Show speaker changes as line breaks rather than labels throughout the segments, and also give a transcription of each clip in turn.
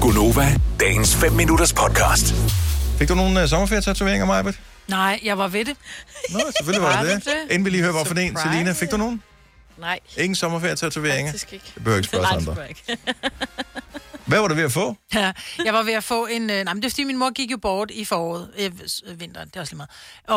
Gunova, dagens 5 minutters podcast.
Fik du nogle uh, sommerferietatoveringer, Majbet?
Nej, jeg var ved det.
Nå, selvfølgelig var
Var
det
du
det.
det?
Inden vi lige hører, hvorfor det er en.
Surprise.
Selina, fik du nogen?
Nej,
Ingen sommerferietatoveringer?
faktisk ikke.
Jeg behøver ikke spørge
Nej,
os
det
andre.
tror jeg ikke.
Hvad var du ved at få?
Ja, jeg var ved at få en... Øh, nej, men det er fordi, min mor gik jo bort i foråret, øh, s- øh, vinteren, det er også lige meget.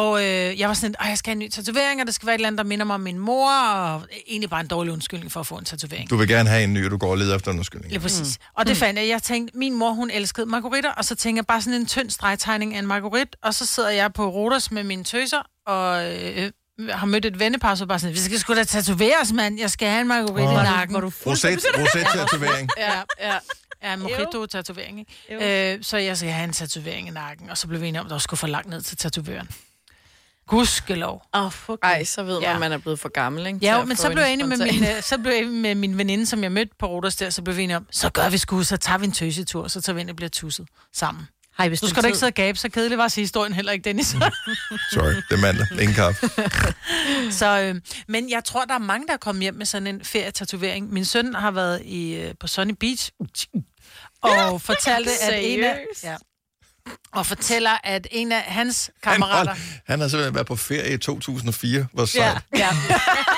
Og øh, jeg var sådan, at jeg skal have en ny tatovering, og det skal være et eller andet, der minder mig om min mor, og øh, egentlig bare en dårlig undskyldning for at få en tatovering.
Du vil gerne have en ny, og du går og leder efter en undskyldning.
Lige præcis. Mm. Og det fandt jeg. Jeg tænkte, min mor, hun elskede margaritter, og så tænkte jeg bare sådan en tynd stregtegning af en margarit, og så sidder jeg på Rodos med mine tøser, og øh, har mødt et vennepar, så bare sådan, vi skal sgu da tatoveres, mand. Jeg skal have en margarit oh. i nakken.
Var du
Rosette, rosette-tatovering.
Ja, ja.
Ja, mojito-tatovering, ikke? Øh, så jeg skal have en tatovering i nakken, og så blev vi enige om, at der skulle for langt ned til tatovøren. Gudskelov.
Åh, oh, fuck. Ej, så ved man,
Ja.
at man er blevet for gammel, ikke? til
Ja,
at
men
få
så
en
blev, jeg enig med
spontan-
min, øh, så blev jeg enig med min veninde, som jeg mødte på Rodos der, så blev vi enige om, så gør vi sgu, så tager vi en tøsetur, så tager vi ind og bliver tusset sammen.
Hej,
Du skal da ikke sidde og gabe, så kedelig var historien heller ikke, Dennis.
Sorry, det er mandag. Ingen kaffe.
så, øh, men jeg tror, der er mange, der er kommet hjem med sådan en ferietatovering. Min søn har været i, øh, på Sunny Beach og fortalte, at en af,
Seriøst?
ja, og fortæller, at en af hans
Han,
kammerater...
han har simpelthen været på ferie i 2004. Hvor sejt. Ja.
ja.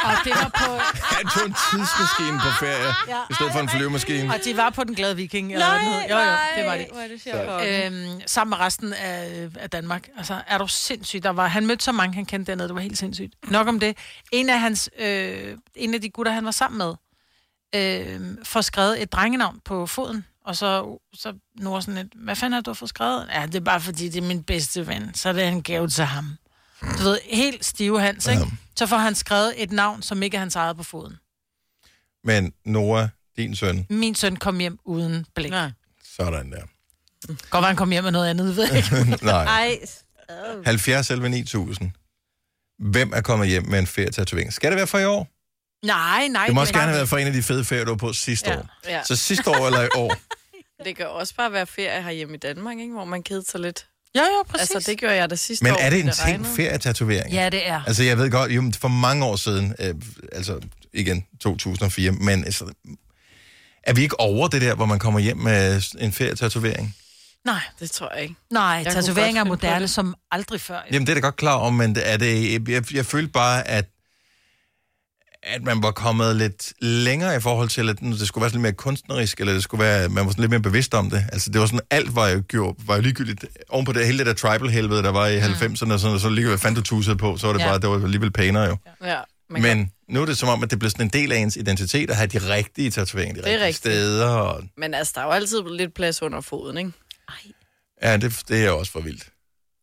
Og, det var på,
Han tog en tidsmaskine på ferie, i stedet for en flyvemaskine.
og de var på den glade viking. Eller
Nej,
hvad den hed. jo, jo, det var det.
Hvor er det sjovt.
Øhm, sammen med resten af, af Danmark. Altså, er du sindssyg? Der var, han mødte så mange, han kendte dernede. Det var helt sindssygt. Nok om det. En af, hans, øh, en af de gutter, han var sammen med, øh, får skrevet et drengenavn på foden. Og så, så Nora sådan lidt, hvad fanden har du fået skrevet? Ja, det er bare fordi, det er min bedste ven. Så er det en gave til ham. Du ved, helt stive hans, ikke?
Ja.
Så får han skrevet et navn, som ikke er hans eget på foden.
Men Nora, din søn,
Min søn kom hjem uden blik.
Nej.
sådan der.
Godt var, han kom hjem med noget andet, ved jeg ikke.
Nej.
Ej,
70 11 9000. Hvem er kommet hjem med en ferietatovering? Skal det være for i år?
Nej, nej.
Det må også
men-
gerne have været for en af de fede ferier, du var på sidste
Øh, Ja.
år.
Ja.
Så sidste år eller i år?
Det kan også bare være ferie herhjemme i Danmark, ikke? hvor man kedede sig lidt.
Ja, ja, præcis.
Altså, det gjorde jeg da sidste
Men
år,
er det
fordi
en ting,
regnede.
ferietatovering?
Ja, det er.
Altså, jeg ved godt, jo, men for mange år siden, øh, altså igen 2004, men altså, er vi ikke over det der, hvor man kommer hjem med en ferietatovering?
Nej,
Det tror jeg ikke.
nej,
kunne
tatoveringer er
godt finde på
moderne
det.
som aldrig før. jo.
Jamen, det er da godt klar om, men er det, jeg, jeg følte bare, at at man var kommet lidt længere i forhold til, at det skulle være sådan lidt mere kunstnerisk, eller det skulle være, man var sådan lidt mere bevidst om det. Altså, det var sådan, alt var jo, gjort, var jo ligegyldigt. Oven på det hele det der tribal-helvede, der
Mm.
var i 90'erne, og sådan, og så ligegyldigt, hvad fanden du tussede på, så var det
Ja.
bare, det var alligevel pænere jo.
Ja, man men... Kan,
Men nu er det som om, at det bliver sådan en del af ens identitet at have de rigtige tatoveringer, de
Det
rigtige
er rigtigt.
steder. Og,
men altså, der er jo altid lidt plads under foden, ikke?
ja, det, det er jo også for vildt.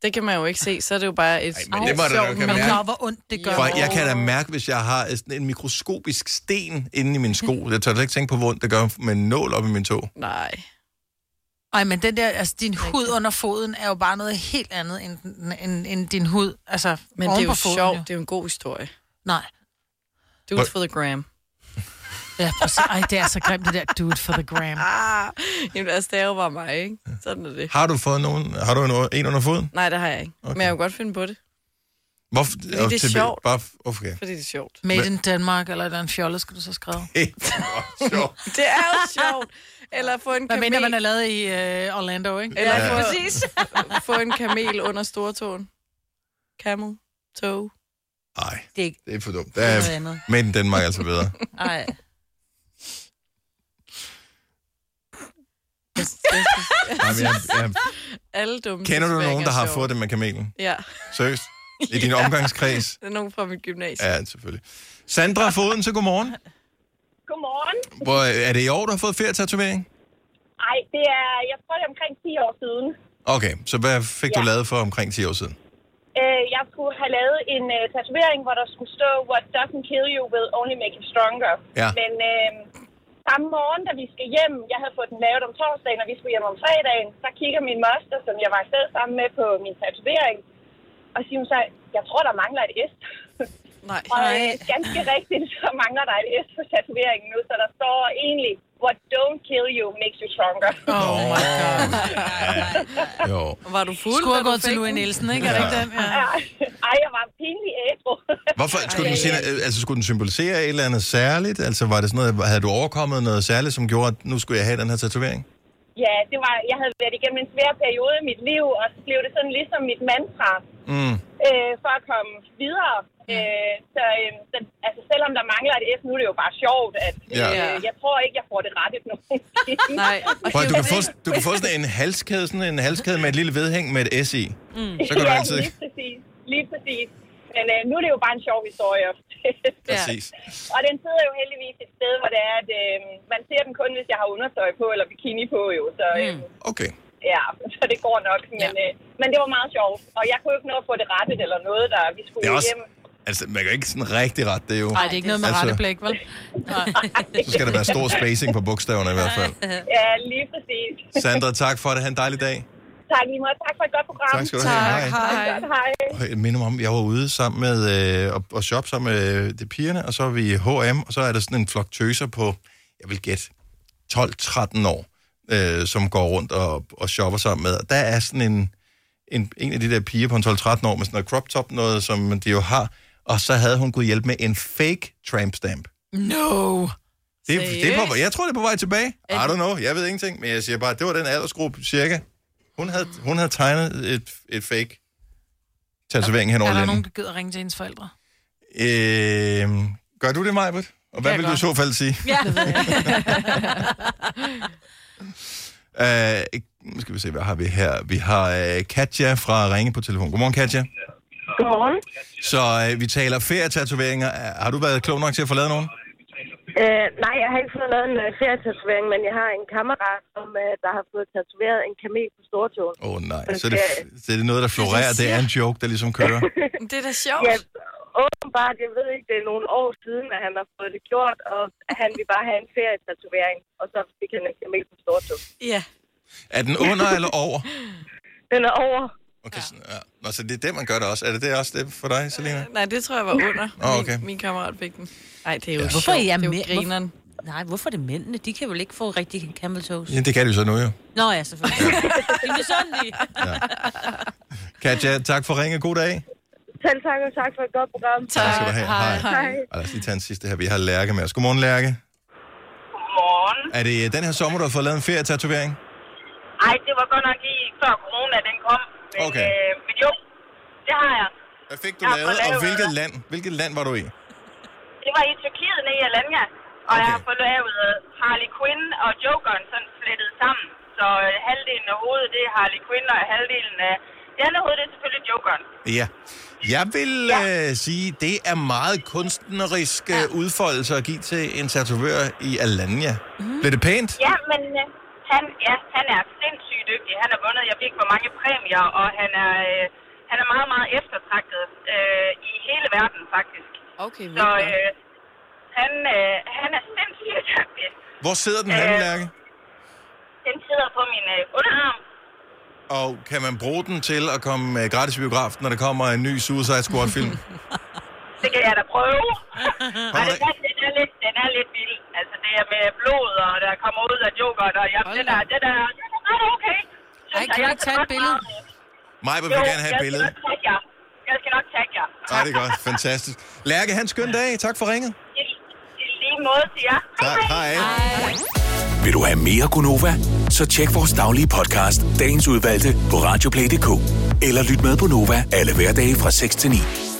Det kan man jo ikke se, så er det jo bare et...
Ej, men det må du da
sjovt
kan
Men
mærke.
mærke.
klar, hvor ondt det gør.
For jeg kan da mærke, hvis jeg har sådan en mikroskopisk sten inde i min sko. Jeg tør da ikke tænke på, hvor ondt det gør med en nål op i min tog.
Nej.
Ej, men den der, altså din hud under foden er jo bare noget helt andet end, den- end, end din hud. Altså,
Men
oven
det er
på
jo
foden,
sjovt. Det er jo en god historie.
Nej.
Do
Hvor-
it for the gram.
Ja, præcis. Ej, det er så grimt, det der dude for the gram.
Ah, jamen, altså, det er jo bare mig, ikke? Sådan er det.
Har du fået nogen? Har du en, en under foden?
Nej, det har jeg ikke.
Okay.
Okay. Men jeg kan godt finde på det,
Hvorfor?
er sjovt.
Bare, okay.
fordi det er sjovt.
Made in Denmark, eller er der en fjolle, skal du så skrive.
Det er sjovt.
Det er jo sjovt. Eller få en
Hvad
kamel,
mener man er lavet i øh, Orlando, ikke?
eller
Ja.
ja. få, få en kamel under stortåen. Camel. Toe.
Ej,
det er ikke
det er for dumt. Der
noget
er,
andet.
men Danmark er altså bedre.
Ej.
Jamen, jeg, jeg,
Alle dumme
kender du
tilsværinger
nogen, der
er
har
sjove.
fået det med kamelen?
Ja,
Seriøst? I din omgangskreds?
det er nogen fra mit gymnasium. Ja.
Ja, selvfølgelig. Sandra Foden, så godmorgen.
Godmorgen.
Hvor, er det i år, du har fået ferietatovering?
Ej, det er, jeg tror, det er omkring 10 år siden.
Okay, så hvad fik ja. du
Ja.
lavet for omkring 10 år siden?
Øh, jeg skulle have lavet en øh, tatovering, hvor der skulle stå, what doesn't kill you will only make you stronger.
Ja.
Men øh, samme morgen, da vi skal hjem, jeg havde fået den lavet om torsdagen, og vi skulle hjem om fredagen, så kigger min moster, som jeg var afsted sammen med på min tatovering, og siger hun så, jeg tror, der mangler et S.
Nej.
og øh, ganske rigtigt, så mangler der et S på tatoveringen nu, så der står egentlig, what don't kill you makes you stronger.
Oh my god.
Ja. Jo.
Var du fuld?
Skulle
da
have
du
gået til
fik
Louis
den?
Nielsen, ikke? Er det ikke den? Ja.
Ej, jeg var pinlig ædru.
Hvorfor skulle den, sige, altså, skulle den symbolisere et eller andet særligt? Altså var det sådan noget, havde du overkommet noget særligt, som gjorde, at nu skulle jeg have den her tatovering?
ja, det var, jeg havde været igennem en svær periode i mit liv, og så blev det sådan ligesom mit mantra
Mm.
øh, for at komme videre. Øh, så øh, den, altså, selvom der mangler et F, nu er det jo bare sjovt, at
Ja.
øh, jeg tror ikke, jeg får det rettet nu.
Nej. Og
Prøv, at-
det er
du,
jo
kan få, du kan få sådan en halskæde, sådan en halskæde med et lille vedhæng med et S i. Mm. Så kan du
ja,
altid...
lige præcis. Lige præcis. Men øh, nu er det jo bare en sjov historie.
Præcis.
og den sidder jo heldigvis et sted, hvor det er, at øh, man ser den kun, hvis jeg har undertøj på eller bikini på. Jo. Så,
Mm.
øh,
Okay.
ja, så det går nok. Men,
Ja.
øh, men det var meget sjovt. Og jeg kunne jo ikke nå at få det rettet eller noget, der vi skulle
Det er også...
hjem.
Altså, man kan ikke sådan rigtig ret det er jo.
Nej, det er ikke noget med
Altså-
altså... retteblik, vel? Nej.
Så skal der være stor spacing på bogstaverne i hvert fald.
Ja, lige præcis.
Sandra, tak for det. Ha' en dejlig dag.
Tak lige måde. Tak for et godt program.
Tak skal du have. Hej.
Hej.
Godt, hej.
Og Jeg minder mig om, jeg var ude sammen med, øh, og- og shop sammen med øh, de pigerne, og så er vi i H&M, og så er der sådan en flok tøser på, jeg vil gætte, 12-13 år, øh, som går rundt og, og shopper sammen med. Og der er sådan en, en, en af de der piger på en 12-13 år med sådan noget crop top, noget som de jo har, og så havde hun kunne hjælpe med en fake tramp stamp.
No.
Det, det er på, jeg tror, det er på vej tilbage. I don't know, jeg ved ingenting, men jeg siger bare, at det var den aldersgruppe cirka. Hun havde, hun havde tegnet et, et fake tatovering hen
Er
over
der
lænden.
nogen, der gider ringe til hendes forældre?
Øh, gør du det, Majbert? Og hvad
jeg
vil du i
godt.
så fald sige?
Ja.
Øh, ikke- nu skal vi se, hvad har vi her? Vi har øh, Katja fra Ringe på telefon. Godmorgen, Katja.
Godmorgen.
Så øh, vi taler ferietatoveringer. Øh, Har du været klog nok til at få lavet nogen?
Øh, nej, jeg har ikke fået lavet en øh, ferietatovering, men jeg har en kammerat, som øh, der har fået tatoveret en kamel på stortåen.
Åh oh, nej, så er, det, så er det noget, der florerer. Det er en joke, der ligesom kører.
Men Det er da sjovt.
Ja, åbenbart, jeg ved ikke, det er nogle år siden, at han har fået det gjort, og han vil bare have en ferietatovering, og så fik han en kamel på stortåen.
Ja.
Er den under eller over?
Den er over.
Okay, ja. Sådan, ja. Nå, så det er det, man gør det også. Er det det også det for dig, Selina?
Nej, det tror jeg var under.
Åh, okay.
min, min kammerat fik den. Nej, det er jo
Ja.
ja.
Hvorfor er jeg
det er
med?
jo grineren.
Nej, hvorfor er det mændene? De kan vel ikke få rigtig camel toes?
Ja, det kan du så nu, jo.
Nå ja, selvfølgelig. det er misundelige.
Katja, tak for ringe. God dag.
Selv tak, og tak for et godt program.
Tak skal du have. Hej.
Hej.
Og lad os lige tage en sidste her. Vi har Lærke med os. Godmorgen, Lærke.
Godmorgen.
Er det øh, den her sommer, du har fået lavet en ferietatovering?
Ej, det var godt nok lige før corona, den kom. Men,
Okay.
øh, men jo, det har jeg.
Hvad fik du
Jeg har
lavet,
fået
og
lavet-
hvilket land, hvilket land var du i?
Det var i Tyrkiet nede i Alanya, og
Okay.
okay. jeg har fået lavet øh, Harley Quinn og Jokeren sådan flettet sammen. Så øh, halvdelen af hovedet, det er Harley Quinn, og halvdelen af det andet hoved, det er selvfølgelig Jokeren.
Ja. Jeg vil øh, sige, det er meget kunstnerisk øh, udfoldelse at give til en tatovør i Alanya. Blev det pænt?
Mhm. Ja, men øh, han, ja, han er sindssygt dygtig. Han har vundet, jeg ved ikke, hvor mange præmier, og han er, øh, han er meget, meget eftertragtet øh, i hele verden, faktisk.
Okay,
Mm.
Så
vildt. Øh,
øh, han, øh, han er sindssygt dygtig.
Hvor sidder den
Øh.
henne, Lærke?
Den sidder på min øh, underarm.
Og kan man bruge den til at komme øh, gratis i biografen, når der kommer en ny Suicide Squad-film?
Det kan jeg da prøve. Ej,
Kommer
den,
der-
er, den, er lidt, den er lidt vild. Altså, det er med blod, og der kommer ud af yoghurt, og jamen,
Hold
den
da.
er, den er, den er ret okay. Synes
Ej, kan du
jeg. Jeg
ikke tage et
godt
billede?
meget, øh,
Maja vil
Jo,
gerne have et billede.
Jeg skal nok tagge jer. Jeg skal nok tagge jer.
Ej, det er godt. Fantastisk. Lærke, han skøn dag. Tak for ringet.
I, i lige måde til jer.
Tak. Hej.
Vil du have mere Gunova? Så tjek vores daglige podcast, dagens udvalgte, på radioplay.dk. Eller lyt med på Nova alle hverdage fra 6 til 9.